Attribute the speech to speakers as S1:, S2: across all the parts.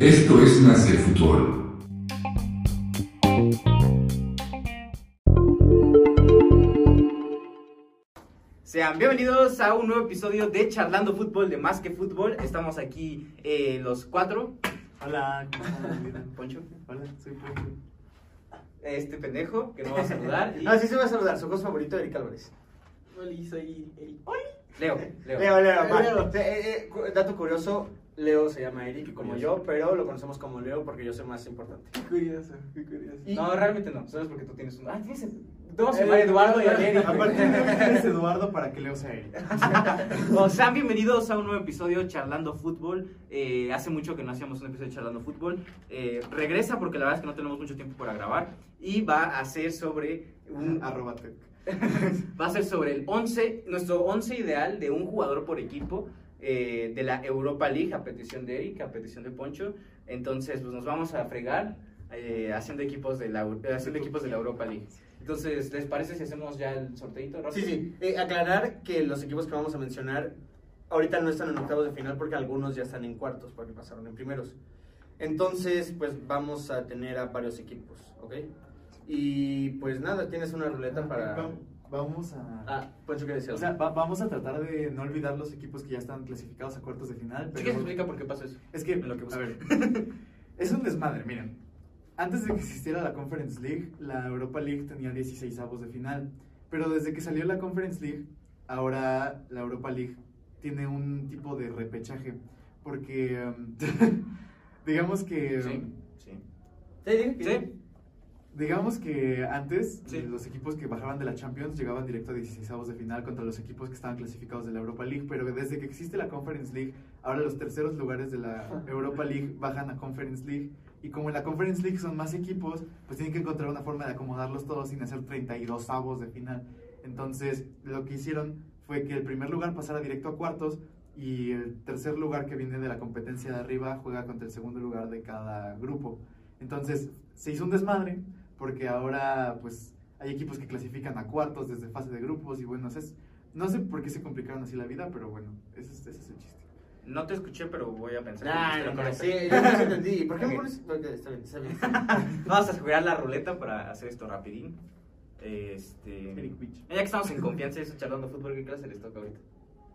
S1: Esto es Nace Fútbol.
S2: Sean bienvenidos a un nuevo episodio de Charlando Fútbol de Más que Fútbol. Estamos aquí eh, los cuatro.
S3: Hola, ¿cómo estás?
S2: Poncho,
S3: Hola, soy Poncho.
S2: este pendejo que no va a saludar. Y
S3: No, sí se va a saludar, su cosa favorito, Eric Álvarez.
S4: Oli, soy Eric.
S2: Leo, Leo.
S3: Leo, Leo, va.
S4: Leo.
S3: Eh, eh, cu- dato curioso, Leo se llama Eric, como yo, pero lo conocemos como Leo porque yo soy más importante.
S4: Qué curioso, qué curioso.
S2: No, realmente no. Solo es porque tú tienes un. Ah, tienes. Dos
S4: Eh,
S2: a Eduardo y a Eric.
S5: Aparte, Eduardo para que Leo sea él.
S2: O sean bienvenidos a un nuevo episodio de Charlando Fútbol. Eh, hace mucho que no hacíamos un episodio de Charlando Fútbol. Eh, regresa porque la verdad es que no tenemos mucho tiempo para grabar. Y va a ser sobre un
S5: Arroba tech.
S2: va a ser sobre el 11, nuestro 11 ideal de un jugador por equipo eh, de la Europa League, a petición de Eric, a petición de Poncho. Entonces, pues nos vamos a fregar eh, haciendo, equipos de la, Eu- eh, haciendo equipos de la Europa League. Entonces, ¿les parece si hacemos ya el sorteito? rápido?
S3: Sí, sí, eh, aclarar que los equipos que vamos a mencionar ahorita no están en octavos de final porque algunos ya están en cuartos porque pasaron en primeros. Entonces, pues vamos a tener a varios equipos, ¿ok? Y pues nada, tienes una ruleta para...
S5: Va- Vamos a.
S3: Ah, Poncho, ¿qué decías?
S5: O sea, va- vamos a tratar de no olvidar los equipos que ya están clasificados a cuartos de final.
S2: ¿Sí
S5: Pero
S2: que se explica por qué pasa eso?
S5: Es que,
S2: En lo que busco.
S5: a ver, es un desmadre, miren. Antes de que existiera la Conference League, la Europa League tenía 16 avos de final. Pero desde que salió la Conference League, ahora la Europa League tiene un tipo de repechaje. Porque, em, digamos que...
S2: Sí, sí.
S3: Sí, sí,
S2: Sí.
S5: Digamos que antes
S2: Sí.
S5: los equipos que bajaban de la Champions llegaban directo a 16avos de final contra los equipos que estaban clasificados de la Europa League, pero desde que existe la Conference League, ahora los terceros lugares de la Europa League bajan a Conference League y como en la Conference League son más equipos, pues tienen que encontrar una forma de acomodarlos todos sin hacer 32avos de final. Entonces, lo que hicieron fue que el primer lugar pasara directo a cuartos y el tercer lugar que viene de la competencia de arriba juega contra el segundo lugar de cada grupo. Entonces, se hizo un desmadre porque ahora pues hay equipos que clasifican a cuartos desde fase de grupos y bueno, es, no sé por qué se complicaron así la vida, pero bueno, ese es, ese es el chiste.
S2: No te escuché, pero voy a pensar. que
S3: Nah,
S2: estoy
S3: no, no,
S2: correcto.
S3: sí, yo no se entendí. ¿Por qué me
S2: Ok.
S3: pones? Ok, está bien, está bien. está bien.
S2: Vamos a jugar la ruleta para hacer esto rapidín. Este...
S5: Eric Beach.
S2: Ya que estamos en confianza y eso, charlando fútbol, ¿qué clase les toca ahorita?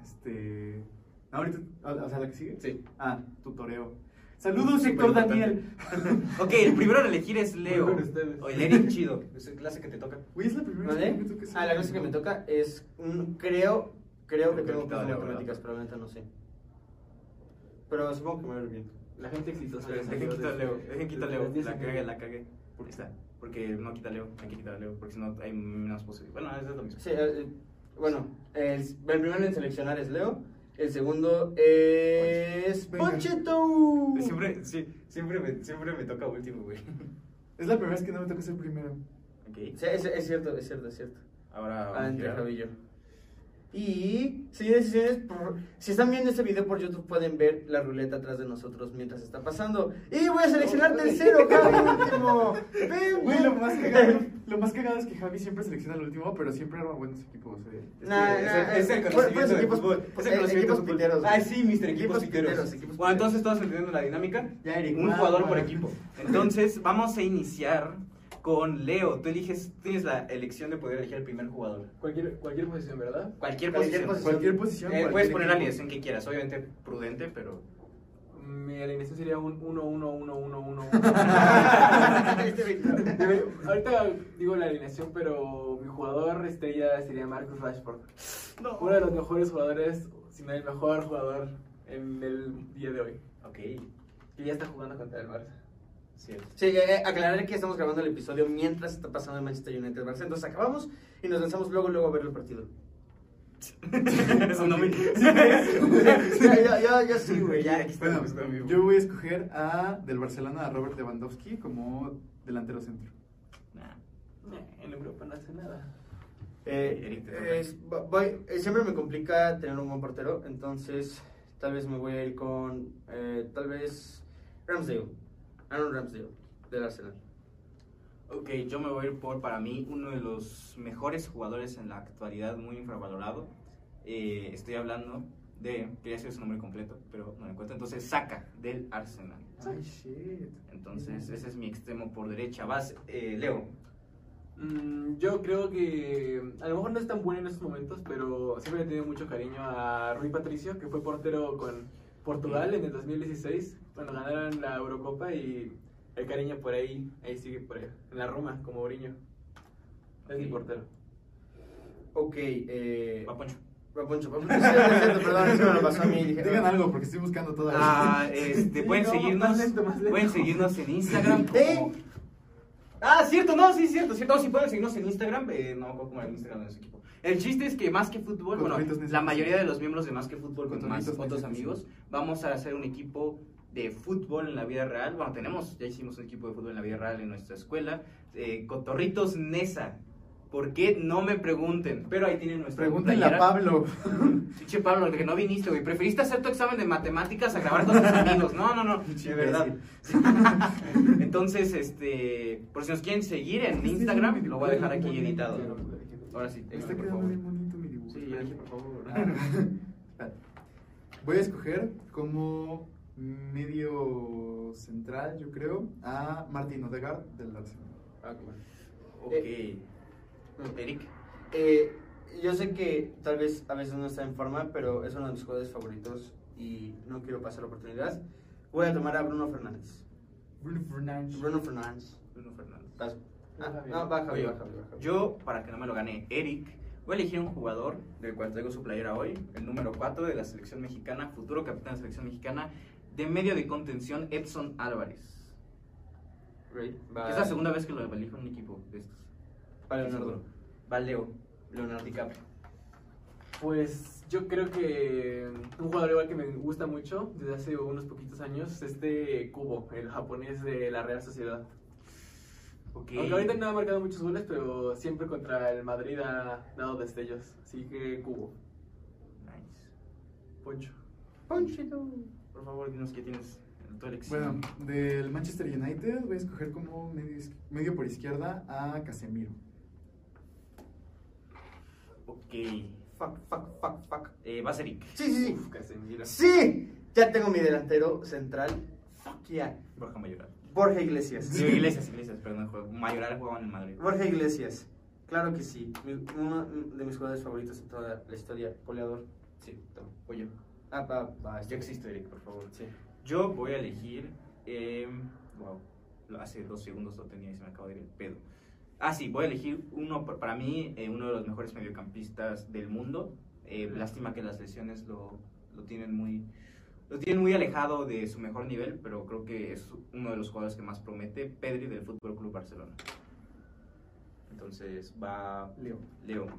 S5: Este... no, ahorita, o o sea, la que sigue.
S2: Sí.
S5: Ah, tutoreo. Saludos,
S2: Súper
S5: Héctor
S2: importante.
S5: Daniel.
S2: Ok, el primero en elegir es
S4: Voy
S2: Leo.
S4: con ustedes.
S2: O el Eric Chido. Es la clase que te toca.
S5: Güey, es la primera vez que me
S3: ¿Vale?
S5: toca
S3: Ah, la clase que me toca es un, creo,
S2: Creo
S3: creo que
S2: que
S3: tengo
S2: te
S3: cosas
S2: vale,
S3: matemáticas,
S2: ¿verdad?
S3: pero la neta no sé. Pero supongo que me va a ir bien.
S4: La gente exitosa.
S2: Esperen, Dejen quitar a Leo. Dejen quitar a Leo. La cagué, la cagué.
S5: ¿Por qué?
S2: Está. Porque no quita a Leo. Hay que quitar a Leo. Porque si no hay menos posibilidades. Bueno, eso es lo mismo.
S3: Sí, eh, eh, bueno, el, el primero en seleccionar es Leo, el segundo es
S5: Venga.
S3: Poncheto.
S2: Siempre, sí, siempre me, siempre me toca último, güey.
S5: Es la primera vez que no me toca ser primero.
S2: Ok.
S3: Sí, es, es cierto, es cierto, es cierto.
S2: Ahora.
S3: Ah, entre
S2: Gerardo.
S3: Javi y yo. Y, señores y señores, por- si están viendo este video por YouTube, pueden ver la ruleta atrás de nosotros mientras está pasando. Y voy a seleccionar tercero, Javi, último. Ven,
S5: Güey, lo más, cagado,
S3: ven.
S5: lo más cagado es que Javi siempre selecciona el último, pero siempre arma buenos equipos. eh.
S2: Es,
S3: Nah,
S2: que es,
S3: nah,
S2: el- es el
S3: eh,
S2: conocimiento
S3: pues,
S2: de
S3: equipos-
S2: fútbol.
S3: pues,
S2: es el
S3: eh,
S2: conocimiento
S3: equipos
S2: de
S3: piteros,
S2: fútbol. Ay,
S3: güey.
S2: sí, mister equipos
S3: Equipos
S2: piteros.
S3: piteros, equipos
S2: Bueno,
S3: piteros.
S2: entonces todos entendiendo la dinámica.
S5: Ya, Eric,
S2: Un
S5: va,
S2: jugador
S5: va.
S2: por equipo. Entonces, vamos a iniciar con Leo. Tú eliges, tienes la elección de poder elegir el primer jugador.
S4: Cualquier, cualquier posición, ¿verdad?
S2: Cualquier,
S3: Cualquier
S2: posición.
S3: posición.
S5: Cualquier
S2: Eh,
S5: posición. cualquier
S2: puedes poner la
S5: equipo.
S2: alineación que quieras, obviamente prudente, pero.
S4: Mi alineación sería un 1 1 1 1 1
S3: Este video.
S4: Ahorita digo la alineación, pero mi jugador estrella sería Marcus Rashford. Uno de los mejores jugadores, si no el mejor jugador en el día de hoy.
S2: Ok,
S4: Que ya está jugando contra el Barça.
S2: cierto.
S3: Sí, eh, aclarar que estamos grabando el episodio mientras está pasando el Manchester United Barça. Entonces acabamos y nos lanzamos luego, luego a ver el partido.
S2: Eso no me.
S3: yo, yo, yo, yo sí, güey, ya.
S5: Bueno, yo voy a escoger a del Barcelona a Robert Lewandowski como delantero centro.
S2: Nah.
S4: Eh, En Europa no hace nada.
S3: Eh,
S2: Eric, te toca.
S3: es- va- voy- eh, siempre me complica tener un buen portero, entonces tal vez me voy a ir con eh, tal vez Ramsdale, Aaron Ramsdale del Arsenal.
S2: Ok, yo me voy a ir por, para mí, uno de los mejores jugadores en la actualidad, muy infravalorado. Eh, estoy hablando de, quería decir su nombre completo, pero no lo encuentro, entonces saca del Arsenal.
S5: Ay, shit.
S2: Entonces, ese es mi extremo por derecha. Vas, eh, Leo.
S4: Mm, yo creo que a lo mejor no es tan bueno en estos momentos, pero siempre le he tenido mucho cariño a Rui Patricio, que fue portero con Portugal en el 2016, cuando ganaron la Eurocopa y el cariño por ahí, ahí sigue por ahí, en la Roma, como Oriño. Es mi
S2: Ok.
S4: portero.
S3: Ok, eh.
S2: Va, Poncho.
S3: Va Poncho, va Poncho. Sí, es cierto, perdón, es que me lo pasó a mí. Dije,
S5: Digan
S3: ah.
S5: algo porque estoy buscando todavía.
S2: Ah, este, pueden
S4: No, más
S2: seguirnos,
S4: lento, más lento.
S2: pueden seguirnos en Instagram.
S3: ¿Eh?
S2: como- Ah, cierto, no, sí, cierto, cierto. No, sí pueden seguirnos en Instagram. eh, no, como el Instagram de nuestro equipo. El chiste es que más que fútbol,
S5: Con
S2: bueno,
S5: Toritos Necios.
S2: la mayoría de los miembros de más que fútbol
S5: Con
S2: con más
S5: Toritos
S2: otros
S5: Necios.
S2: amigos, vamos a hacer un equipo de fútbol en la vida real. Bueno, tenemos, ya hicimos un equipo de fútbol en la vida real en nuestra escuela. Eh, Cotorritos Nesa. ¿Por qué? No me pregunten. Pero ahí tienen nuestra
S5: Pregúntenle a
S2: playera.
S5: Pablo.
S2: Pinche Pablo, que no viniste, güey. Preferiste hacer tu examen de matemáticas a grabar con tus amigos. No, no, no.
S3: De verdad.
S2: Entonces, este, por si nos quieren seguir en Instagram, lo voy a dejar aquí editado. Ahora sí, téngalo,
S5: Está
S2: por
S5: quedando
S2: favor.
S5: bien bonito mi dibujo.
S2: Sí, ya Ah, dije, por favor.
S5: Voy a escoger como medio central, yo creo, a Martín Odegaard del Arsenal.
S4: Ah, qué bueno.
S2: Ok. Eric.
S3: Eh, yo sé que tal vez a veces no está en forma, pero es uno de mis jugadores favoritos y no quiero pasar la oportunidad. Voy a tomar a Bruno Fernández.
S5: Bruno Fernández.
S3: Bruno Fernández.
S2: Bruno Fernández.
S3: Paso. Ah,
S4: Javi.
S3: no, va Javi,
S2: Oye,
S3: va Javi, va Javi.
S2: Yo, para que no me lo gane Eric, voy a elegir un jugador del cual traigo su playera hoy, el número 4 de la selección mexicana, futuro capitán de la selección mexicana, de medio de contención, Edson Álvarez.
S3: Great. Va-
S2: Es la segunda vez que lo elijo en un equipo de estos.
S3: Va Ah. Leonardo.
S2: Va Leo. Leonardo DiCaprio.
S4: Pues yo creo que un jugador igual que me gusta mucho desde hace unos poquitos años es este Kubo, el japonés de la Real Sociedad.
S2: Ok.
S4: Aunque ahorita no ha marcado muchos goles, pero siempre contra el Madrid ha dado destellos. Así que Kubo,
S2: Nice.
S4: Poncho.
S3: Ponchito.
S2: Por favor, dinos qué tienes en tu elección.
S5: Bueno, del Manchester United voy a escoger como medio, is- medio por izquierda a Casemiro.
S2: Ok.
S3: Fuck, fuck, fuck, fuck.
S2: Eh, vas Eric.
S3: Sí, sí, sí.
S4: Uf, Casemiro.
S3: ¡Sí! Ya tengo mi delantero central. Fuck yeah.
S2: Borja Mayoral.
S3: Borja Iglesias.
S2: Digo, Iglesias, Iglesias, perdón. juego- Mayoral jugaba en el Madrid.
S3: Borja Iglesias. Claro que sí. Mi- uno de mis jugadores favoritos en toda la historia. Goleador.
S2: Sí, toma. Voy yo.
S3: Ah, va, va.
S2: Yo existo, Eric, por favor.
S3: Sí.
S2: Yo voy a elegir. Eh, wow. lo- Hace dos segundos lo tenía y se me acaba de ir el pedo. Ah, sí, voy a elegir uno, pa- para mí, eh, uno de los mejores mediocampistas del mundo. Eh, lástima que las lesiones lo, lo tienen muy. Lo tienen muy alejado de su mejor nivel, pero creo que es uno de los jugadores que más promete, Pedri del Fútbol Club Barcelona. Entonces va
S5: Leo.
S2: Leo.
S4: Yo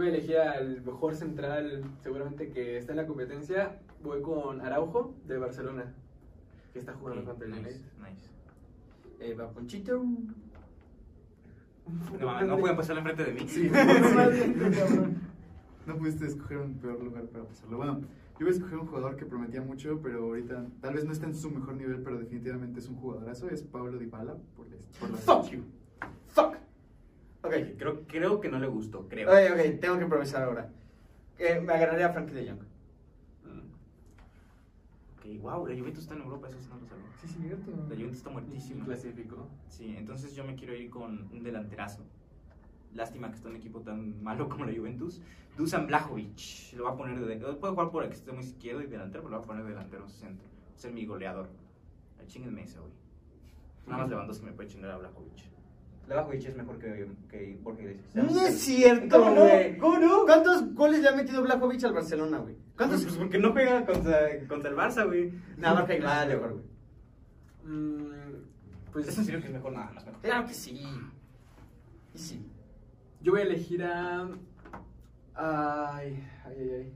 S4: voy a elegir al mejor central, seguramente que está en la competencia. Voy con Araujo de Barcelona, que está jugando
S2: Ok,
S4: contra el
S2: nice,
S4: United.
S2: nice.
S3: Eh, va Ponchito.
S2: No, no pueden pasar enfrente de mí.
S5: Sí.
S4: cabrón.
S5: No pudiste escoger un peor lugar para pasarlo. Bueno, yo voy a escoger un jugador que prometía mucho, pero ahorita tal vez no está en su mejor nivel, pero definitivamente es un jugadorazo. Es Pablo Dybala por la, por la
S3: Fuck you. Fuck. Ok.
S2: Creo, creo que no le gustó, creo.
S3: Ok, ok. Tengo que improvisar ahora. Eh, me agarraré a Frankie de Jong.
S2: Ok, wow, la Juventus está en Europa, eso sí no lo sabía.
S5: Sí, cierto.
S2: La Juventus está
S4: Y
S2: muertísima.
S4: clasificó.
S2: Sí, entonces yo me quiero ir con un delanterazo. Lástima que está un equipo tan malo como la Juventus. Dusan Blajovic, lo va a poner de... eh, Puede jugar por extremo izquierdo y delantero, pero lo va a poner de delantero centro. Va a ser mi goleador. Ay, Chinguenme ese, güey. Nada más Lewandowski me puede chingar a Blajovic. Blajovic es mejor que, que Borja Iglesias.
S3: ¡No es cierto,
S2: ¿Cómo no?
S3: güey!
S2: ¿Cómo no?
S3: ¿Cuántos goles le ha metido Blajovic al Barcelona, güey? ¿Cuántos? e
S2: Pues porque no juega contra, contra el Barça, güey.
S3: Nada, Borja Iglesias es mejor, güey.
S4: Mm, pues
S2: Es en serio que es mejor, nada más mejor.
S3: Claro que sí. Y sí.
S4: Yo voy a elegir a. Ay, ay, ay, ay.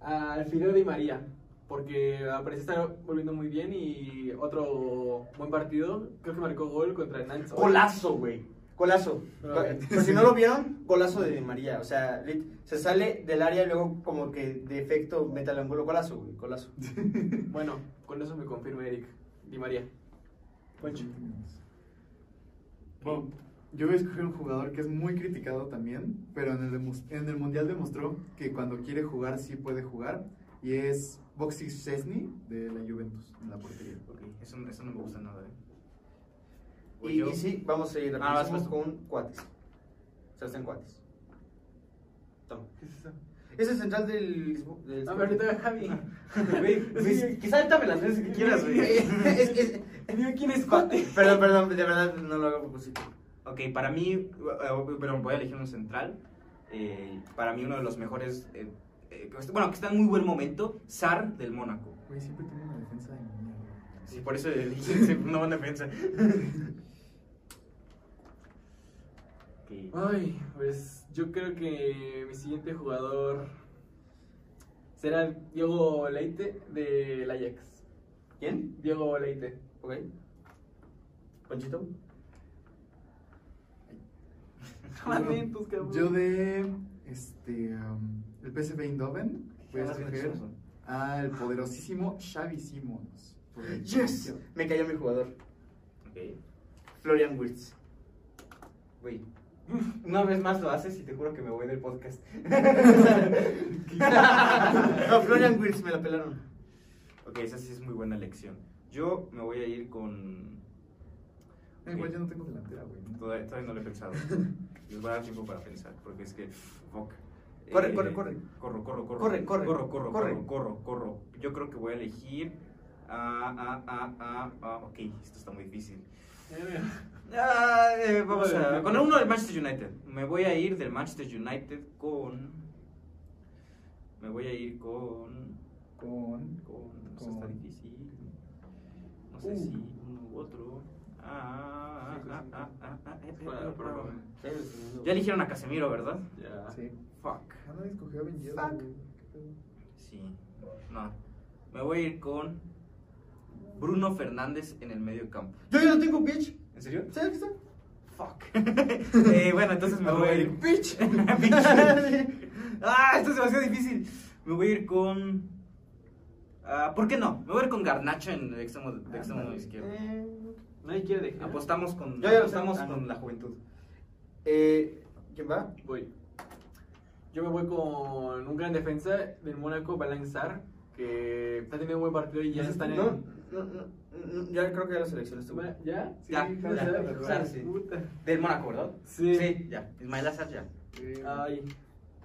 S4: A Alfredo Di María. Porque parece estar volviendo muy bien y otro buen partido. Creo que marcó gol contra el Nantes.
S3: Golazo, güey. Golazo.
S4: Ah,
S3: Go- Por si no lo vieron, golazo de Di María. O sea, lit- se sale del área y luego como que de efecto mete al ángulo. Golazo, güey. Golazo.
S4: Bueno, con eso me confirma Eric. Di María. Poncho.
S5: Bueno, Yo voy a escoger un jugador que es muy criticado también, pero en el, demos- en el Mundial demostró que cuando quiere jugar sí puede jugar, y es Boxy Chesney de la Juventus, en la portería.
S2: Ok, eso, eso no me gusta nada, ¿eh? Voy
S3: Y,
S2: yo.
S3: y sí, vamos a ir
S2: Ah, vas,
S3: empezamos
S2: vas.
S3: con Cuates. Sebastián Cuates. Toma.
S4: ¿Qué es eso?
S3: Es el central del Lisbo- del
S4: A ver, ahorita Javi.
S2: Güey, güey, que sáltame las veces que quieras, güey.
S3: Es- es-
S4: Dime quién es
S3: Pa-
S4: Cuate.
S3: Perdón, perdón, de verdad no lo hago a propósito.
S2: Ok, para mí, eh, bueno, voy a elegir un central. Eh, para mí uno de los mejores, eh, eh, que est- bueno, que está en muy buen momento, Sar del Mónaco.
S5: Güey, siempre tengo una defensa de mierda.
S2: Sí, por eso elegí ese- una buena defensa. Ok.
S4: Ay, pues yo creo que mi siguiente jugador será Diego Leite del Ajax.
S3: ¿Quién?
S4: Diego Leite.
S3: Ok. ¿Ponchito?
S4: Mamen, tus cabrones.
S5: Yo de este um, el PSV Eindhoven voy a escoger al poderosísimo Xavi Simons. por el
S3: Yes.
S5: Chelsea.
S3: Me cayó mi jugador,
S2: Ok.
S3: Florian Wirtz.
S2: Güey. Una vez más lo haces y te juro que me voy del podcast.
S3: no, Florian Wirtz me la pelaron.
S2: Ok, esa sí es muy buena elección. Yo me voy a ir con...
S5: Ah, Igual yo no tengo delantera, güey.
S2: Todavía, todavía no lo he pensado. Les voy a dar tiempo para pensar, porque es que... fuck. Eh,
S3: Corre, corre, corre.
S2: Corro, corro, corro.
S3: Corre, corre,
S2: Corro, corro,
S3: corre.
S2: corro, corro, corro. Yo creo que voy a elegir... Ah, ah, ah, ah, ah. Ok, esto está muy difícil. Ah, eh, vamos a... Con uno del Manchester United. Me voy a ir del Manchester United con... Me voy a ir con...
S5: Con
S2: Con... Eso está
S5: Con-
S2: difícil. No sé
S5: Uh.
S2: si uno u otro. Ah, ah, ah, ah, ah, ah, eh, eh,
S4: Bueno,
S2: eh,
S4: por favor.
S2: eh. Ya eligieron a Casemiro, ¿verdad?
S4: Ya.
S5: sí.
S2: Fuck.
S5: Ah, nadie escogió a Ben Yedder,
S3: Fuck.
S5: güey. Qué pedo.
S2: Sí. No. Me voy a ir con Bruno Fernández en el medio campo.
S3: Yo ya no tengo pitch.
S2: ¿En serio?
S3: ¿Sabes qué está?
S2: Fuck. Eh, bueno, entonces me voy a ir. ¡Pitch! ¡Ah! Esto es demasiado difícil. Me voy a ir con. ah, ¿Por qué no? Me voy a ir con Garnacho en el extremo, de extremo
S5: Ándale.
S2: izquierdo.
S3: Eh,
S4: Nadie quiere dejar.
S2: Apostamos con,
S3: Yo ya lo
S2: apostamos
S3: sé. Ah, no.
S2: con la juventud.
S3: eh, ¿Quién va?
S4: Voy. Yo me voy con un gran defensa del Mónaco, Balanzar, que está teniendo un buen partido y ya se están en.
S3: No, no, no, no, ya creo que ya la selección estuvo.
S4: ¿Ya? ¿Ya?
S5: Sí,
S2: Ya,
S5: Hazard,
S2: ya,
S5: Hazard.
S2: Hazard, sí.
S4: Puta.
S2: Del Mónaco, ¿verdad?
S4: Sí.
S2: ya. Ismael Azar ya.
S5: Eh,
S4: Ay.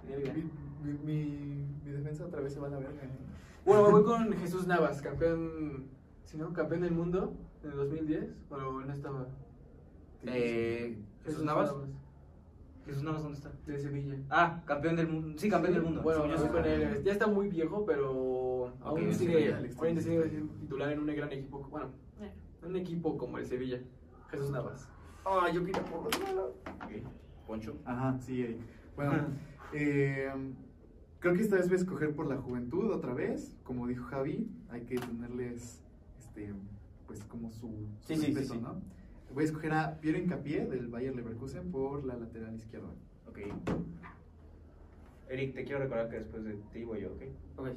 S4: verga.
S5: mi, mi, mi- mi defensa otra vez se va a la verga. ¿eh?
S4: Bueno, me voy con Jesús Navas, campeón. Si no, campeón del mundo en el 2010. Bueno, no estaba.
S2: Eh, Jesús Navas. Jesús Navas, ¿dónde está?
S4: De Sevilla.
S2: Ah, campeón del mundo. Sí, campeón del mundo.
S4: Bueno,
S2: Sí,
S4: yo
S2: ya.
S4: soy con él. Ya está muy viejo, pero
S2: Ok,
S4: aún
S2: en
S4: sigue,
S5: Sevilla, Alex.
S4: aún sigue siendo titular en un gran equipo. Bueno, un equipo como el Sevilla. Jesús Navas.
S3: Ah, yo quería por los
S2: Ok. Poncho.
S5: Ajá, sí, Eric. Bueno, eh, creo que esta vez voy a escoger por la juventud otra vez. Como dijo Javi, hay que tenerles, este, pues como su, su
S3: Sí, sí, sí,
S5: respeto,
S3: sí.
S5: ¿no? Voy a escoger a Piero Incapié del Bayer Leverkusen por la lateral izquierda.
S2: Ok. Eric, te quiero recordar que después de ti voy yo, ¿ok?
S3: Ok.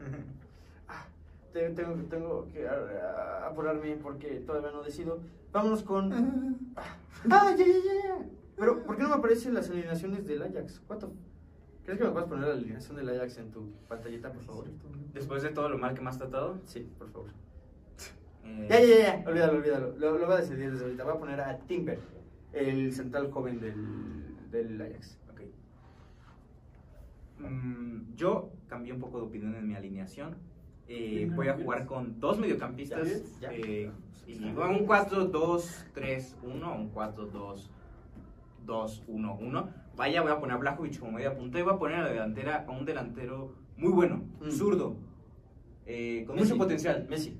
S3: Ah, te- tengo, tengo que ah, apurarme porque todavía no decido. Vámonos con. ¡Ah, ya, ya, ya, ya! Pero, ¿por qué no me aparecen las alineaciones del Ajax? ¿Cuánto? ¿Crees que me puedes poner la alineación del Ajax en tu pantallita, por favor?
S2: Después de todo lo mal que me has tratado.
S3: Sí, por favor.
S2: eh,
S3: Ya, ya, ya, ya. Olvídalo, olvídalo. Lo, lo voy a decidir desde ahorita. Voy a poner a Timber, el central joven del, del Ajax.
S2: Ok. Mm, yo cambié un poco de opinión en mi alineación. Eh, voy a jugar con dos mediocampistas.
S3: Ya, ya.
S2: eh, y voy a un 4-2-3-1, un 4-2-2-1-1. Vaya, voy a poner a Blajovic como media punta y voy a poner a la delantera a un delantero muy bueno,
S3: Mm.
S2: zurdo, eh, con
S3: Messi.
S2: mucho potencial.
S3: Messi.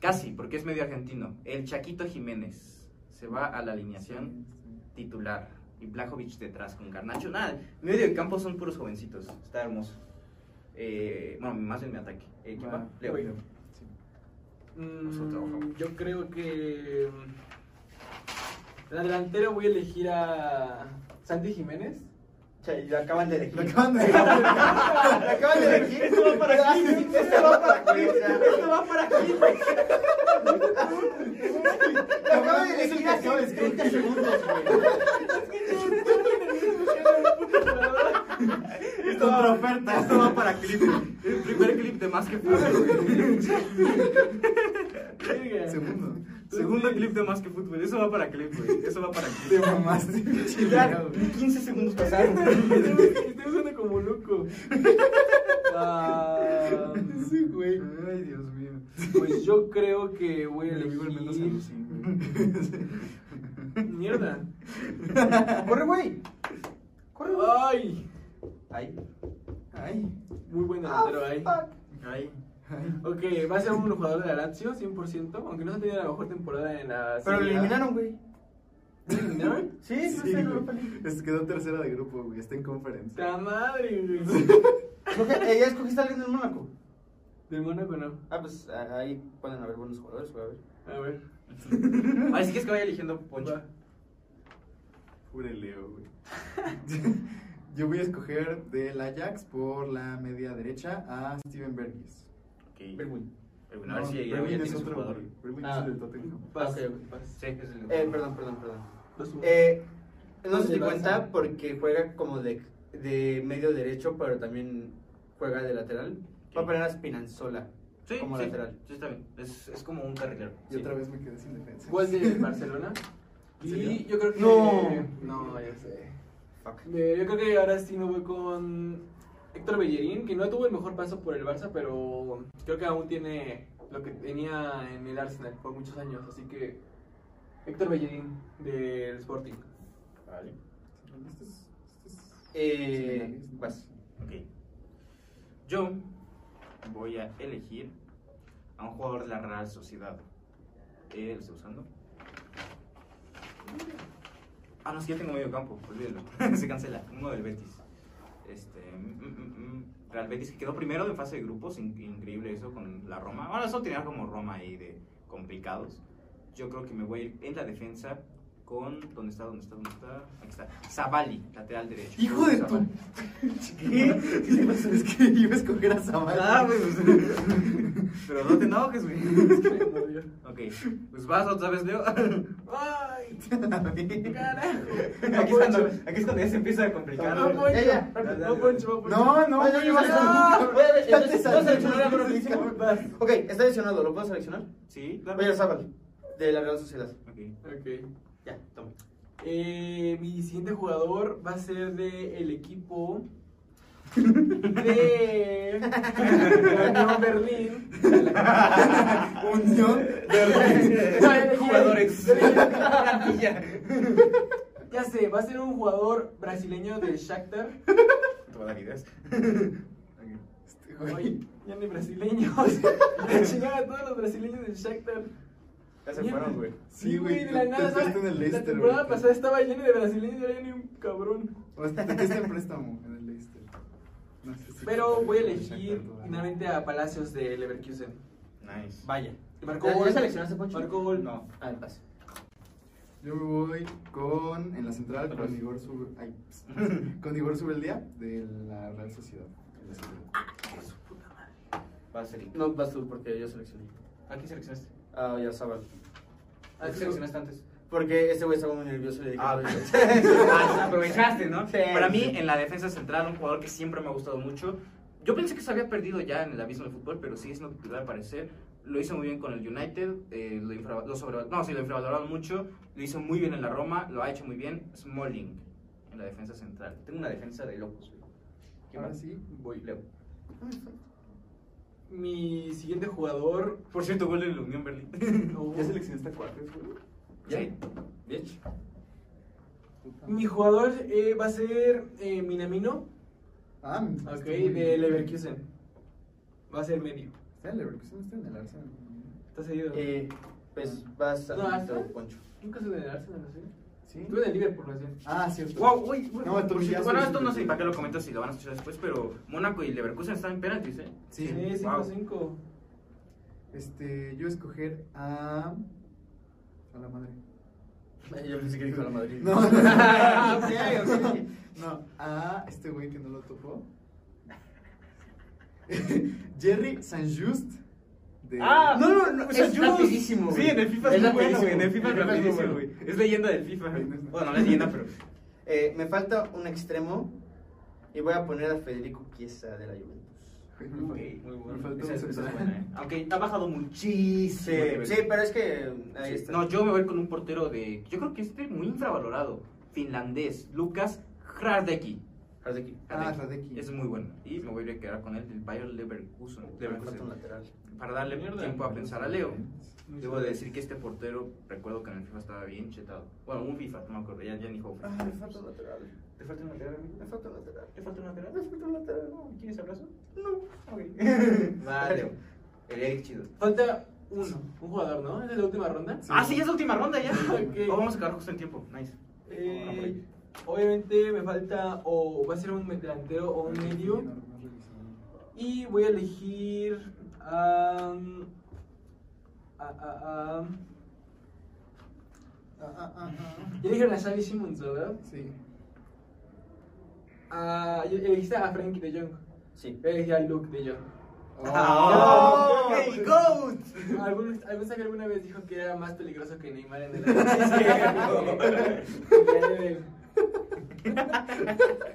S2: Casi, porque es medio argentino. El Chaquito Jiménez se va a la alineación titular y Blajovic detrás con Garnacho. Nada, mi medio de campo son puros jovencitos. Está hermoso. Eh, bueno, más en mi ataque. Eh, ¿Quién va?
S5: Va,
S2: Leo.
S4: Leo.
S5: Sí.
S2: Nosotros,
S4: Mm,
S2: Pues, ojo.
S4: yo creo que. mm, La delantera voy a elegir a Santi Jiménez.
S3: Che, y lo acaban de elegir.
S5: Lo acaban de decir.
S3: Lo acaban de elegir. Esto va para aquí. Esto va para aquí. o sea, Esto va para aquí. Lo acaban de elegir.
S5: Es el que acaba de
S3: así, 30 segundos, güey.
S5: Contraoferta.
S3: Esto va para clip. El primer clip de más que fútbol.
S4: Verga.
S5: Segundo.
S2: Segundo clip de más que fútbol. Eso va para clip, güey. Eso va para clip.
S5: Te mamaste.
S2: Ya, ni 15 segundos pasaron.
S4: Estoy Este usando como loco. Ah,
S5: Sí, güey.
S4: Ay, Dios mío. Pues yo creo que voy a
S5: El amigo del Mendoza
S4: elegir... Mierda.
S3: Corre, güey. Corre, güey.
S4: Ay.
S3: Ay.
S5: Ay.
S4: Muy buen
S3: Ah,
S4: delantero
S2: Ah,
S4: eh. ahí.
S3: Ay.
S4: Ok, va a ser un jugador de la Lazio, 100%, aunque no ha tenido la mejor temporada en la
S3: Pero lo
S4: Serie A.
S3: eliminaron, güey.
S4: ¿Lo eliminaron?
S3: Sí, no
S5: Sí,
S3: sé,
S5: güey.
S3: no lo
S5: Es- quedó tercera de grupo, güey. Está en conferencia.
S4: ¡Ta madre, güey!
S3: eh, ¿Ya escogiste a alguien del Mónaco?
S4: Del Mónaco no.
S3: Ah, pues a- ahí pueden haber buenos jugadores, güey. a ver.
S4: A ver.
S2: Así que es que vaya eligiendo Poncho.
S4: Va.
S5: Pure Leo, güey. Yo voy a escoger del Ajax por la media derecha a Steven Bergis.
S3: Bergwijn.
S2: Bueno, a ver si ya
S5: Bergwijn
S2: tienes
S5: es
S2: un
S5: otro
S2: jugador.
S5: güey. Bergwijn
S3: Ah.
S5: es el de Tottenham.
S4: Pas.
S3: Ok, ok,
S4: pas.
S2: Sí, es el
S3: Eh, perdón, perdón, perdón.
S4: Dos, uno.
S3: Eh, no
S4: Pues
S3: se
S4: el
S3: te
S4: Barça.
S3: cuenta porque juega como de, de medio derecho, pero también juega de lateral. Va a poner a Spinanzola
S2: Sí,
S3: como
S2: sí,
S3: lateral.
S2: Sí, está bien. Es, es como un carrilero.
S5: Y otra vez me quedé sin defensa.
S4: Gol de Barcelona.
S5: ¿En serio?
S4: Y yo creo que.
S3: No.
S4: No, ya sé.
S3: Fuck.
S4: Eh, Yo creo que ahora sí me voy con Héctor Bellerín, que no tuvo el mejor paso por el Barça, pero creo que aún tiene lo que tenía en el Arsenal por muchos años. Así que Héctor Bellerín del Sporting.
S2: Vale.
S5: Este es- este es-
S3: Eh, vas.
S2: Ok. Yo voy a elegir a un jugador de la Real Sociedad. Eh, ¿Lo estoy usando? Ah, no, sí, ya tengo medio campo, olvídelo. Se cancela. Uno del Betis. Este, mm, mm, mm, mm. Real Betis que quedó primero en fase de grupos, in- increíble eso con la Roma. Ahora eso tenía como Roma ahí de complicados. Yo creo que me voy a ir en la defensa con. ¿Dónde está? ¿Dónde está? ¿Dónde está? Aquí está. Zabali, lateral derecho.
S5: ¡Hijo de tu!
S2: Zabali.
S5: ¿Qué? Es que iba a escoger a Zavala.
S2: Ah, güey, pues. Pero no te enojes, güey. Ok, pues vas otra vez, Leo.
S4: ¡Ay!
S5: Carajo.
S2: Aquí es cuando, aquí es cuando ya se empieza a complicar.
S4: No,
S2: güey.
S4: Poncho.
S3: Ya, ya.
S4: No, Poncho, va, Poncho.
S5: No, no,
S3: Ah, ya
S5: güey,
S3: llevas-
S5: no.
S3: Voy a ver,
S5: Ya
S3: entonces,
S5: te
S3: ¿puedo
S5: salí,
S3: seleccionar algo
S5: cabrón.
S3: rapidísimo? Ok, está lesionado, ¿lo puedo seleccionar?
S2: Sí, claro.
S3: Voy a Zabal, de la Real Sociedad.
S2: Ok.
S4: Ok.
S3: Ya, toma.
S4: Eh, mi siguiente jugador va a ser de el equipo de la Unión Berlín.
S5: Unión
S4: Ay,
S2: Jugadores.
S4: Plantilla. Ya sé, va a ser un jugador brasileño del Shakhtar.
S2: Te voy a dar ideas.
S5: Este, güey.
S4: Ay, ya ni brasileños. La chingada todos los brasileños del Shakhtar.
S2: Ya se fueron, güey.
S5: Sí, güey,
S4: de
S5: te-
S4: la
S5: te
S4: nada.
S5: fuiste en el
S4: La
S5: Leicester,
S4: temporada
S5: güey.
S4: pasada estaba lleno de brasileños y ahora ya ni un cabrón.
S5: O sea, te quedaste en préstamo en el Leicester. No sé si-
S4: Pero voy a elegir
S5: Exacto, güey.
S4: finalmente a Palacios de Leverkusen.
S2: Nice.
S3: Vaya.
S4: Marcó
S3: ¿Ya- ya
S4: gol.
S3: seleccionaste, Poncho?
S4: Marcó gol.
S2: No.
S3: Ah, paso.
S5: Yo me voy con, en la central, con
S3: Atrás.
S5: Igor Sub... Ay, con Igor Subeldía de la Real Sociedad. En la central.
S2: Va a ser.
S3: No, vas tú, porque yo seleccioné.
S2: ¿A quién seleccionaste?
S3: Ah, ya Zabal.
S2: ¿A quién seleccionaste antes?
S3: Porque ese güey estaba muy nervioso y le dije...
S2: Ah,
S3: "Oye".
S2: ah, aprovechaste, ¿no?
S3: Sí.
S2: Para mí, en la defensa central, un jugador que siempre me ha gustado mucho. Yo pensé que se había perdido ya en el abismo del fútbol, pero sigue siendo titular al parecer. Lo hizo muy bien con el United, eh, lo, infra- lo sobreva- no, sí, lo infravaloraron mucho. Lo hizo muy bien en la Roma, lo ha hecho muy bien. Smalling en la defensa central. Tengo una defensa de locos, güey. ¿Quién
S5: Ahora
S2: más?
S5: sí.
S2: Voy, Leo.
S4: Mi siguiente jugador.
S2: Por cierto, gol de la Unión Berlín. Uh.
S4: no.
S5: ¿Ya seleccionaste a Cuates, güey?
S2: Sí. Bien.
S5: Puta.
S4: Mi jugador eh, va a ser eh, Minamino,
S5: Ah, está
S4: ok,
S5: muy
S4: de
S5: bien.
S4: Leverkusen. Va a ser medio.
S5: Está en Leverkusen, está en el Arsenal.
S4: ¿Estás seguido?
S3: Eh, pues vas a
S4: No, ¿hasta?
S3: Poncho.
S4: Nunca se el Arsenal, ¿no? sé.
S5: ¿Sí?
S4: Estuve en el Liverpool, ¿no? sé.
S5: Ah, cierto.
S2: Wow, uy, uy.
S5: No, tú ya
S2: bueno,
S5: sabes.
S2: esto no sé ni para qué lo comento si lo van a escuchar después, pero Mónaco y Leverkusen están en penaltis, ¿eh?
S5: Sí.
S4: Sí, 5-5.
S2: Wow.
S5: Este, yo escoger a... A la madre.
S3: Yo pensé que dijo la Madrid.
S5: No.
S3: Ah, ok, ok.
S5: No, a este güey que no lo topó. Jerry Saint-Just de-
S2: Ah,
S3: No, no, no, o sea,
S2: es
S3: yo-
S2: rapidísimo, güey.
S3: Sí, en el FIFA es
S2: es
S3: muy
S2: rapidísimo,
S3: bueno,
S2: en el FIFA es
S3: muy
S2: rapidísimo,
S3: bueno.
S2: güey. Es leyenda del FIFA. Bueno, no es leyenda, pero
S3: Eh, me falta un extremo y voy a poner a Federico Chiesa de la Juventus.
S2: Güey, muy bueno.
S5: Me faltó
S2: Esa- esa
S5: un
S2: es
S5: central.
S2: buena, ¿eh? Aunque ha bajado muchísimo. de
S3: Sí,
S2: nivel.
S3: sí, pero es que ahí
S2: Sí.
S3: está.
S2: No, yo me voy con un portero de. Yo creo que este muy infravalorado. Finlandés, Lucas Hradecki.
S3: Hardeki.
S5: Ah, Hradecki.
S2: Es muy bueno. Y me voy a quedar con él del Bayern Leverkusen.
S3: Me
S2: Leverkusen.
S3: falta un lateral.
S2: Para darle
S4: Mierda.
S2: tiempo a pensar a Leo. Debo de decir que este portero, recuerdo que en el FIFA estaba bien chetado. Bueno, un FIFA, no me acuerdo, ya, ya ni juego.
S3: Ah, me falta un lateral.
S2: ¿Te falta un lateral, amigo?
S3: Me falta un lateral.
S2: ¿Te falta un lateral?
S3: Me falta un lateral.
S2: ¿Quieres abrazo?
S3: No.
S2: Va, Leo. El Eric chido.
S4: Falta uno, un jugador, ¿no? Es de la última ronda.
S5: Sí.
S2: Ah, sí, ya es la última ronda ya.
S4: Ok.
S2: Oh, vamos a acabar justo en tiempo. Nice.
S4: Eh, obviamente me falta o va a ser un delantero o un medio. Y voy a elegir a. um, a, a, um, a
S2: Ah,
S4: ya eligieron a Xavi Simmons, ¿verdad?
S5: Sí.
S4: A, yo- elegiste a Frankie de Jong.
S3: Sí.
S4: Yo elegí a Luke de Jong.
S3: Ah,
S2: Oh,
S3: ok,
S2: sí.
S3: GOAT.
S4: ¿Algún, algún sabio alguna vez dijo que era más peligroso que Neymar en el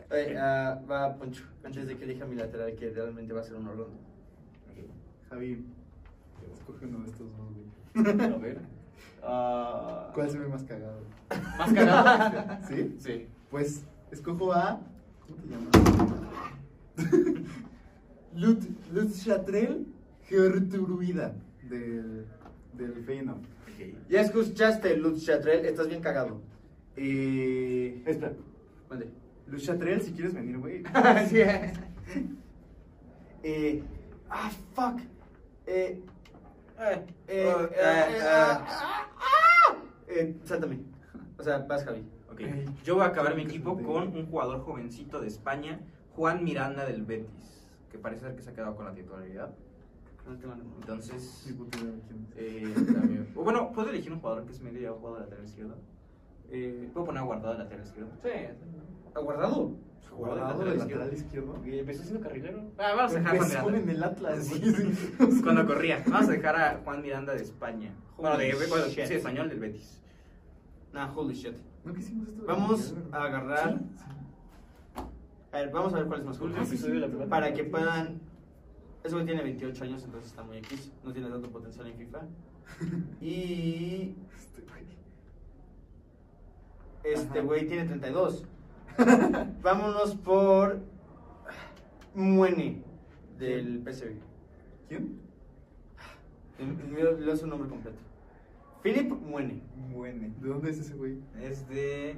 S3: Oye, ah, va Poncho, antes de que elija mi lateral, que realmente va a ser un Orlando.
S5: Javi, escoge uno de estos dos, güey.
S2: A ver.
S3: Ah.
S5: ¿Cuál se ve más cagado?
S2: Más cagado.
S5: ¿Sí?
S2: Sí.
S5: Pues escojo a. ¿Cómo te llamas? Lut, Lut Chatrel Gertruida del, del Feyenoord.
S3: Ya escuchaste, Lutz Chatrel, estás bien cagado.
S5: Eh, espera,
S3: Mande.
S5: Lut Chatrel, si quieres venir, güey.
S3: sí. Eh, ah, fuck. Eh, eh, eh,
S2: eh, eh,
S3: ah, ah, eh, sáltame. O sea, vas, Javi.
S2: Ok.
S5: Ey.
S2: Yo voy a acabar mi equipo con un jugador jovencito de España, Juan Miranda del Betis, que parece ser que se ha quedado con la titularidad.
S3: No te mando.
S5: Ni
S2: Entonces,
S5: puta idea de quién es.
S2: eh, también. o bueno, puedo elegir un jugador que es medio o jugador de lateral izquierdo.
S3: Eh,
S2: Puedo poner a guardado de lateral izquierdo.
S3: ¿Aguardado?
S5: Guardado de lateral izquierdo.
S2: Empezó siendo carrilero. Ah, vamos a dejar a Juan
S5: Empezó en
S2: Miranda.
S5: el Atlas,
S2: Sí.
S5: güey.
S2: Cuando corría. Vamos a dejar a Juan Miranda de España. Bueno, de,
S3: Holy
S2: bueno, sí,
S3: shit.
S2: español del Betis.
S3: Nah, holy shit.
S5: ¿No que hicimos esto? de
S3: Vamos
S5: lateral?
S3: a agarrar. A ver, vamos a ver cuál es más cool. Ah, Para que puedan. Ese güey tiene 28 años, entonces está muy X. No tiene tanto potencial en FIFA. Y.
S5: Este, güey.
S3: Este
S5: Ajá.
S3: güey tiene 32. Vámonos por. Muene, del PSV.
S5: ¿Quién?
S3: Leo leo su nombre completo: Philip Muene.
S5: Muene. ¿De dónde es ese güey?
S2: Es de Este,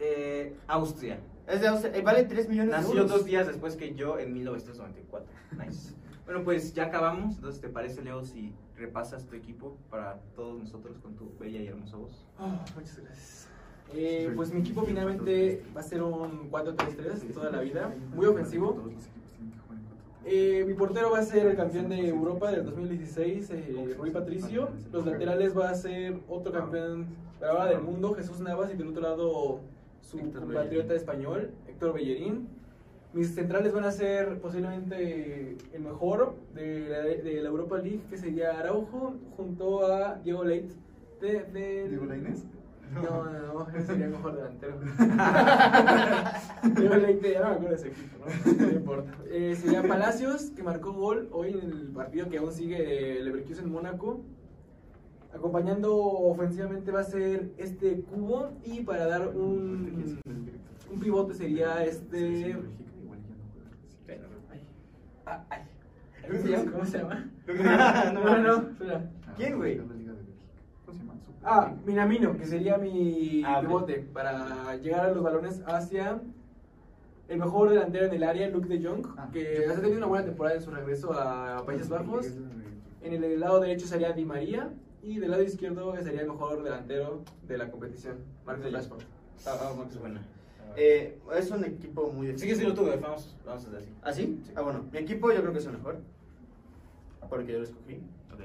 S2: eh, Austria.
S3: Es de Austria- eh, vale 3 millones de
S2: Nació
S3: euros.
S2: dos días después que yo en 1994. Nice. Bueno, pues ya acabamos. Entonces, ¿te parece, Leo, si repasas tu equipo para todos nosotros con tu bella y hermosa voz?
S4: Ah, muchas gracias. Eh, pues mi equipo finalmente va a ser un 4-3-3 toda la vida, muy ofensivo.
S5: Todos los equipos tienen que jugar en cuatro.
S4: Eh, mi portero va a ser el campeón de Europa del 2016, eh, Rui Patricio. Los laterales va a ser otro campeón pero ahora del mundo, Jesús Navas, y del otro lado su
S3: Héctor
S4: compatriota
S3: Bellerín.
S4: español, Héctor Bellerín. Mis centrales van a ser posiblemente el mejor de la, de la Europa League, que sería Araujo, junto a Diego Leit. De, de-
S5: ¿Diego Lainez?
S4: No, no, no, ese sería el mejor delantero. Diego Leite, ya no me acuerdo de ese equipo, ¿no? No importa. Eh, sería Palacios, que marcó gol hoy en el partido que aún sigue de Leverkusen Mónaco. Acompañando ofensivamente va a ser este cubo y para dar un, un pivote sería este... Ah, ay. ¿Cómo se llama? ¿Cómo se llama? No, no, espera.
S5: Ah,
S3: ¿Quién, güey?
S5: ¿Cómo se llama? Super
S4: Ah,
S5: League.
S4: Minamino, que sería mi
S3: Ah, ok.
S4: pivote para llegar a los balones hacia el mejor delantero en el área, Luke de Jong,
S5: Ah.
S4: que ha tenido una buena temporada en su regreso a Países Bajos.
S5: Eh,
S4: En el lado derecho sería Di María y del lado izquierdo sería el mejor delantero de la competición, Marcus Rashford.
S3: Ah, ah,
S2: Es buena.
S3: Eh, es un equipo muy
S2: Sí que sí lo tuve, vamos, vamos a hacer así.
S3: ¿Así? Ah, bueno. Mi equipo yo creo que es el mejor. Porque yo lo escogí.
S2: Ok.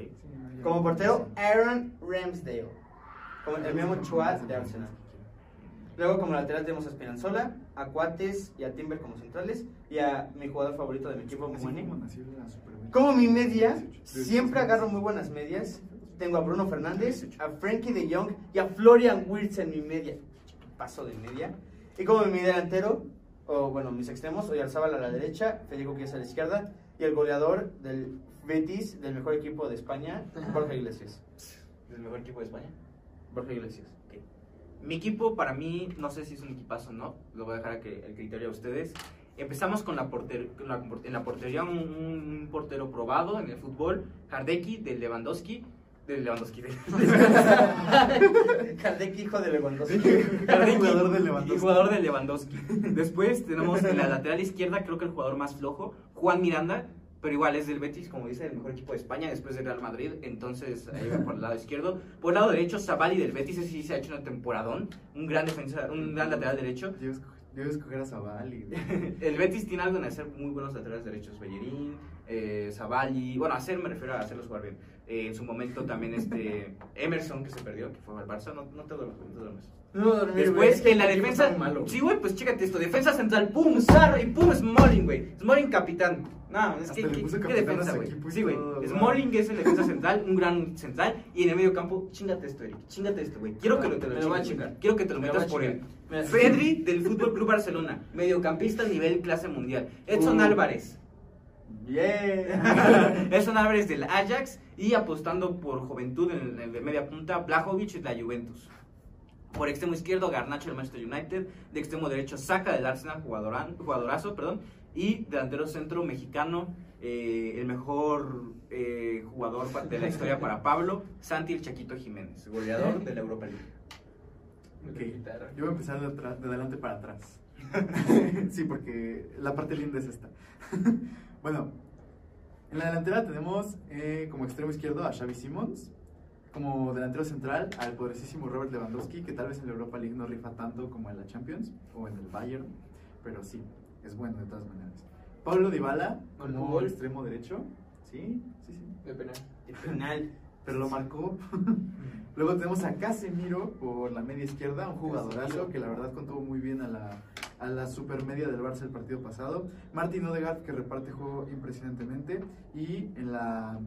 S3: Como
S5: eh,
S3: portero, Aaron Ramsdale. Como el mismo Chua de Arsenal. Luego, como lateral, tenemos a Esperanzola, a Cuates y a Timber como centrales. Y a mi jugador favorito de mi equipo,
S5: Así
S3: Muani.
S5: como nació la Superman.
S3: Como mi media,
S5: 18.
S3: siempre agarro muy buenas medias. Tengo a Bruno Fernández, a Frankie de Jong y a Florian Wirtz en mi media. Paso de media. Y como mi delantero, o bueno, mis extremos, hoy Alzábal a la derecha, Federico Quies a la izquierda y el goleador del Betis, del mejor equipo de España, Jorge Iglesias.
S2: ¿El mejor equipo de España?
S3: Jorge Iglesias.
S2: Ok. Mi equipo para mí, no sé si es un equipazo o no, lo voy a dejar a que, el criterio a ustedes. Empezamos con la, porter- con la por- en la portería, un, un- un portero probado en el fútbol, Hardeki del Lewandowski, del Lewandowski, del
S3: Kardec, hijo de Lewandowski.
S2: Hardeki,
S5: Jugador del
S2: y
S5: Lewandowski.
S2: jugador del Lewandowski. Después tenemos en la lateral izquierda, creo que el jugador más flojo, Juan Miranda, pero igual es del Betis, como dice, el mejor equipo de España después del Real Madrid, entonces ahí va por el lado izquierdo. Por el lado derecho, Zabali del Betis, ese sí se ha hecho una temporadón, un gran defensa, un gran lateral derecho.
S5: Yo iba a escoger- yo iba a escoger a Zaballi. güey.
S2: El Betis tiene algo en hacer muy buenos laterales derechos, Bellerín, eh, Zavalli, bueno, hacer me refiero a hacerlos jugar bien. Eh, en su momento también este Emerson que se perdió, que fue al Barça, no, no te duermas, no te duermas.
S3: No, dormir, güey, es
S2: Después,
S3: que
S2: en la
S3: el equipo está
S2: defensa.
S3: muy malo.
S2: Sí, güey, pues chécate esto. Defensa central, pum, Sarri, pum, Smalling, güey. Smalling capitán. No, es
S5: Hasta
S2: que,
S5: le
S2: ¿qué,
S5: puso
S2: qué
S5: capitán a
S2: defensa,
S5: su
S2: güey?
S5: equipo y
S2: Sí, güey.
S5: todo, ¿no?
S2: Smalling es el defensa central, un gran central. Y en el medio campo, chingate esto, Eric. Chingate esto, güey. Quiero que lo, te lo
S3: Me lo voy a
S2: chingues, güey.
S3: chingar.
S2: Quiero que te lo
S3: Me lo
S2: metas
S3: voy
S2: por
S3: a
S2: él.
S3: chingar.
S2: Fedri, del Fútbol Club Barcelona. Mediocampista nivel clase mundial. Edson
S3: Uh.
S2: Álvarez.
S3: Yeah.
S2: Edson Álvarez del Ajax. Y apostando por juventud en el de media punta, Blajovic de la Juventus. Por extremo izquierdo, Garnacho del Manchester United. De extremo derecho, Saca del Arsenal, jugadorán- jugadorazo, perdón. Y delantero centro mexicano, eh, el mejor eh, jugador pa- de la historia para Pablo, Santi el Chaquito Jiménez, goleador de la Europa League.
S4: Me
S5: Ok,
S4: lo quitaron.
S5: Yo voy a empezar de, atrás- de adelante para atrás. sí, porque la parte linda es esta. bueno, en la delantera tenemos eh, como extremo izquierdo a Xavi Simons, como delantero central al poderosísimo Robert Lewandowski, que tal vez en la Europa League no rifa tanto como en la Champions o en el Bayern, pero sí, es bueno de todas maneras. Pablo Dibala
S4: Marcó
S5: como
S4: gol.
S5: extremo derecho, sí, sí, sí
S4: De penal.
S3: De penal.
S5: pero lo marcó. Luego tenemos a Casemiro por la media izquierda, un jugadorazo que la verdad contuvo muy bien a la, a la supermedia del Barça el partido pasado. Martin Odegaard que reparte juego impresionantemente. Y en la,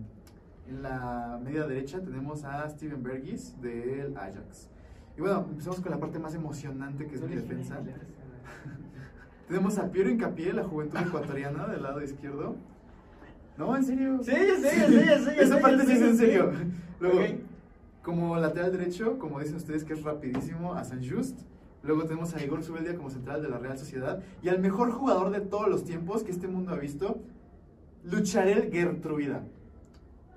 S5: en la media derecha tenemos a Steven Bergis del Ajax. Y bueno, empezamos con la parte más emocionante que es mi defensa. Tenemos a Piero Incapié, la juventud ecuatoriana del lado izquierdo. No, en serio.
S3: Sí, ya sé, ya sé, ya sé, ya sé,
S5: Esa
S3: ya
S5: parte
S3: sé,
S5: sí es
S3: ya
S5: en
S3: sé.
S5: serio. Luego,
S3: Ok.
S5: como lateral derecho, como dicen ustedes que es rapidísimo, a San Just. Luego tenemos a Igor Zubeldia como central de la Real Sociedad. Y al mejor jugador de todos los tiempos que este mundo ha visto, Lucharel Gertruida.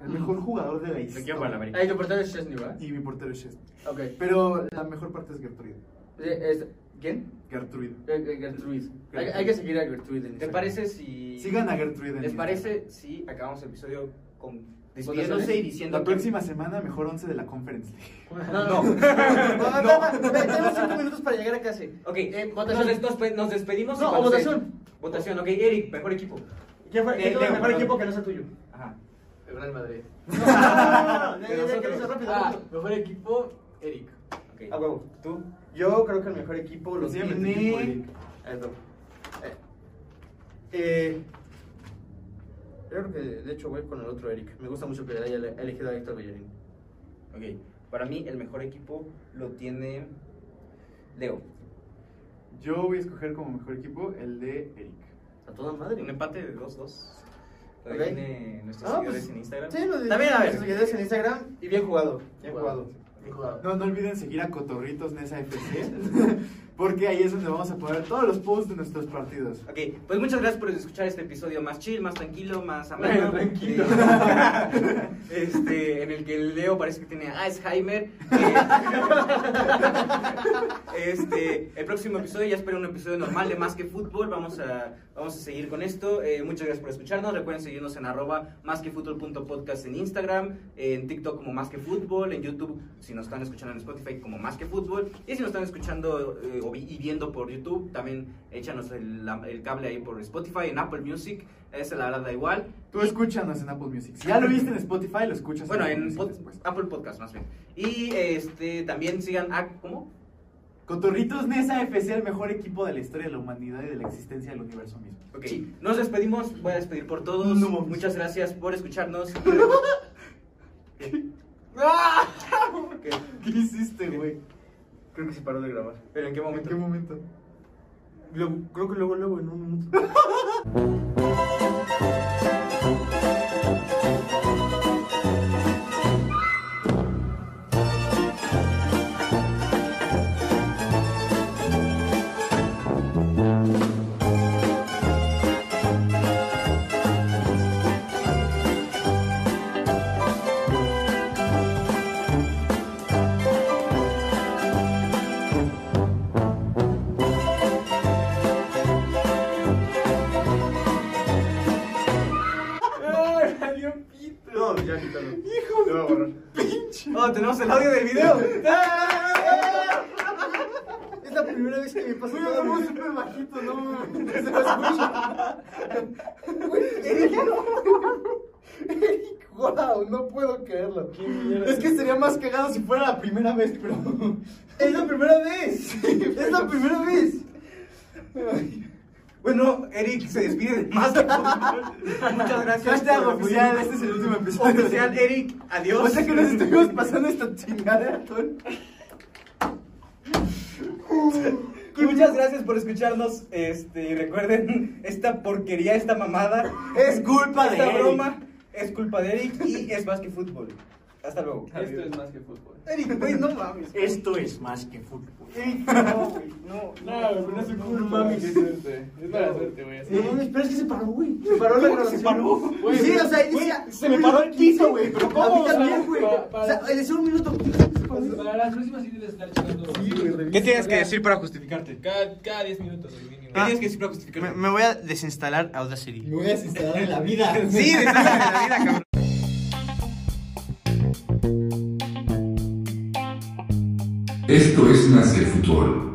S2: Mm.
S5: El mejor jugador de la
S2: Lo
S5: historia.
S2: quiero para la América.
S3: Ay, tu portero es Chesney, ¿verdad?
S5: Y mi portero es Chesney.
S3: Ok. Eh,
S5: Pero la mejor parte es Gertruida.
S3: es- ¿Quién?
S5: Gertruida.
S3: Eh, eh, Gertrude. Hay, hay que seguir a Gertrude. en
S2: ¿Te
S3: Instagram.
S2: parece si.
S5: Sigan a Gertruida. en
S2: ¿Les
S5: Instagram.
S2: parece si acabamos el episodio con despidiéndose y diciendo
S5: La
S2: que-
S5: próxima semana, mejor 11 de la Conference League.
S3: No, no. no. no, no, no, Tenemos cinco minutos para llegar a casa.
S2: Ok,
S3: Eh,
S2: votación.
S3: votación.
S2: Nos, despe- nos despedimos. y
S3: No,
S2: cuando se-
S3: votación.
S2: Votación, ok, Eric, mejor equipo.
S3: ¿Quién fue?
S2: Eh,
S3: ¿Quién tuvo el
S2: Leo,
S3: mejor
S2: perdón.
S3: equipo que no sea tuyo?
S2: Ajá.
S4: El Real Madrid.
S3: No, no, no,
S2: De
S3: no, no, no,
S2: nosotros.
S3: que sea rápido,
S4: Ah,
S3: rápido.
S4: mejor equipo, Eric.
S2: ok.
S3: A huevo.
S2: ¿Tú?
S3: Yo creo que el mejor equipo lo
S5: Sí, me
S3: tiene.
S5: metí.
S3: Ahí está. Eh, eh, yo creo que de hecho voy con el otro Eric. Me gusta mucho que haya ele- elegido a Héctor Bellerín.
S2: Ok. Para mí, el mejor equipo lo tiene. Leo.
S5: Yo voy a escoger como mejor equipo el de Eric.
S3: A toda
S2: Un
S3: madre.
S2: empate de 2-2. Lo
S3: Ok.
S2: tiene nuestros
S3: Ah,
S2: seguidores
S3: pues,
S2: en Instagram.
S3: Sí, lo de-
S2: También, a
S3: los
S2: ver.
S3: seguidores en Instagram y bien jugado. Bien
S4: Jugador.
S3: jugado.
S4: Bien jugado.
S5: No, no olviden seguir a Cotorritos Nesa FC, porque ahí es donde vamos a poner todos los posts de nuestros partidos.
S2: Ok, pues muchas gracias por escuchar este episodio más chill, más tranquilo, más ameno.
S4: tranquilo.
S2: Eh, este, en el que Leo parece que tiene Alzheimer. Eh, este, el próximo episodio ya espero un episodio normal de Más que Fútbol. Vamos a, vamos a seguir con esto. Eh, muchas gracias por escucharnos. Recuerden seguirnos en arroba más que podcast en Instagram, eh, en TikTok como Más que Fútbol, en YouTube si nos están escuchando en Spotify como Más que Fútbol. Y si nos están escuchando eh, o vi- y viendo por YouTube, también échanos el, la- el cable ahí por Spotify, en Apple Music. Esa la verdad da igual.
S5: Tú escúchanos en Apple Music. Si ya lo viste en Spotify, lo escuchas
S2: Bueno,
S5: Apple
S2: en
S5: Music
S2: pod-
S5: después.
S2: Apple Podcast más bien. Y este también sigan a ¿cómo?
S5: Cotorritos Nesa FC, el mejor equipo de la historia de la humanidad y de la existencia del universo mismo.
S2: Ok, nos despedimos. Voy a despedir por todos.
S5: No.
S2: Muchas gracias por escucharnos. ¿Qué?
S5: ¿Qué hiciste, güey?
S3: Creo que se paró de grabar.
S2: ¿Pero en qué
S5: ¿En
S2: momento?
S5: qué momento?
S3: creo que luego, luego, en un minuto.
S4: ¡Ay, salió pito!
S3: No, ya quítalo.
S4: ¡Hijo
S3: Lo voy a borrar.
S2: Oh, tenemos el audio del video.
S3: Es la primera vez que me pasa.
S5: Güey,
S3: nada,
S5: hablamos
S3: güey.
S5: súper bajito, no mames.
S3: Se me escucha. Eric, wow, no puedo creerlo.
S5: Es que sería más cagado si fuera la primera vez, pero.
S3: es la primera vez. Es la primera vez.
S2: Bueno, Eric se despide de más. Muchas gracias.
S5: Hashtag
S2: por-
S5: oficial, este es el último episodio.
S2: Oficial, Eric. Adiós.
S5: O sea que nos estuvimos pasando esta chingada, Tol.
S2: Y muchas gracias por escucharnos. Este, y recuerden, esta porquería, esta mamada.
S5: Es culpa de
S2: esta
S5: Eric.
S2: broma es culpa de Eric y es más que fútbol. Hasta luego.
S4: Esto es más que fútbol.
S2: Eric, güey, no mames.
S5: Esto es más que fútbol.
S2: No, güey, no.
S4: No, pero no es un culo,
S3: mames.
S4: Es suerte. Es mala suerte, güey. así.
S3: No mames, pero es que se paró, güey. Se paró la grabación.
S5: se paró?
S4: Güey,
S3: sí, o sea,
S5: güey,
S3: decía-
S5: se me paró el quinto, güey, pero
S3: A mí
S5: ¿cómo?
S4: O sea,
S3: también, güey.
S4: pa-
S3: O sea,
S4: para-
S3: le decía un minuto.
S4: Para las próximas sí tienes que estar checando.
S2: ¿Qué tienes que decir para justificarte?
S4: Cada, cada 10 minutos, güey, mínimo.
S2: ¿Qué tienes que decir para justificarte?
S6: Me, me voy a desinstalar Audacity.
S5: voy a asistir en la vida.
S2: Sí, de toda la vida, cabrón.
S1: Esto es Nace Futuro.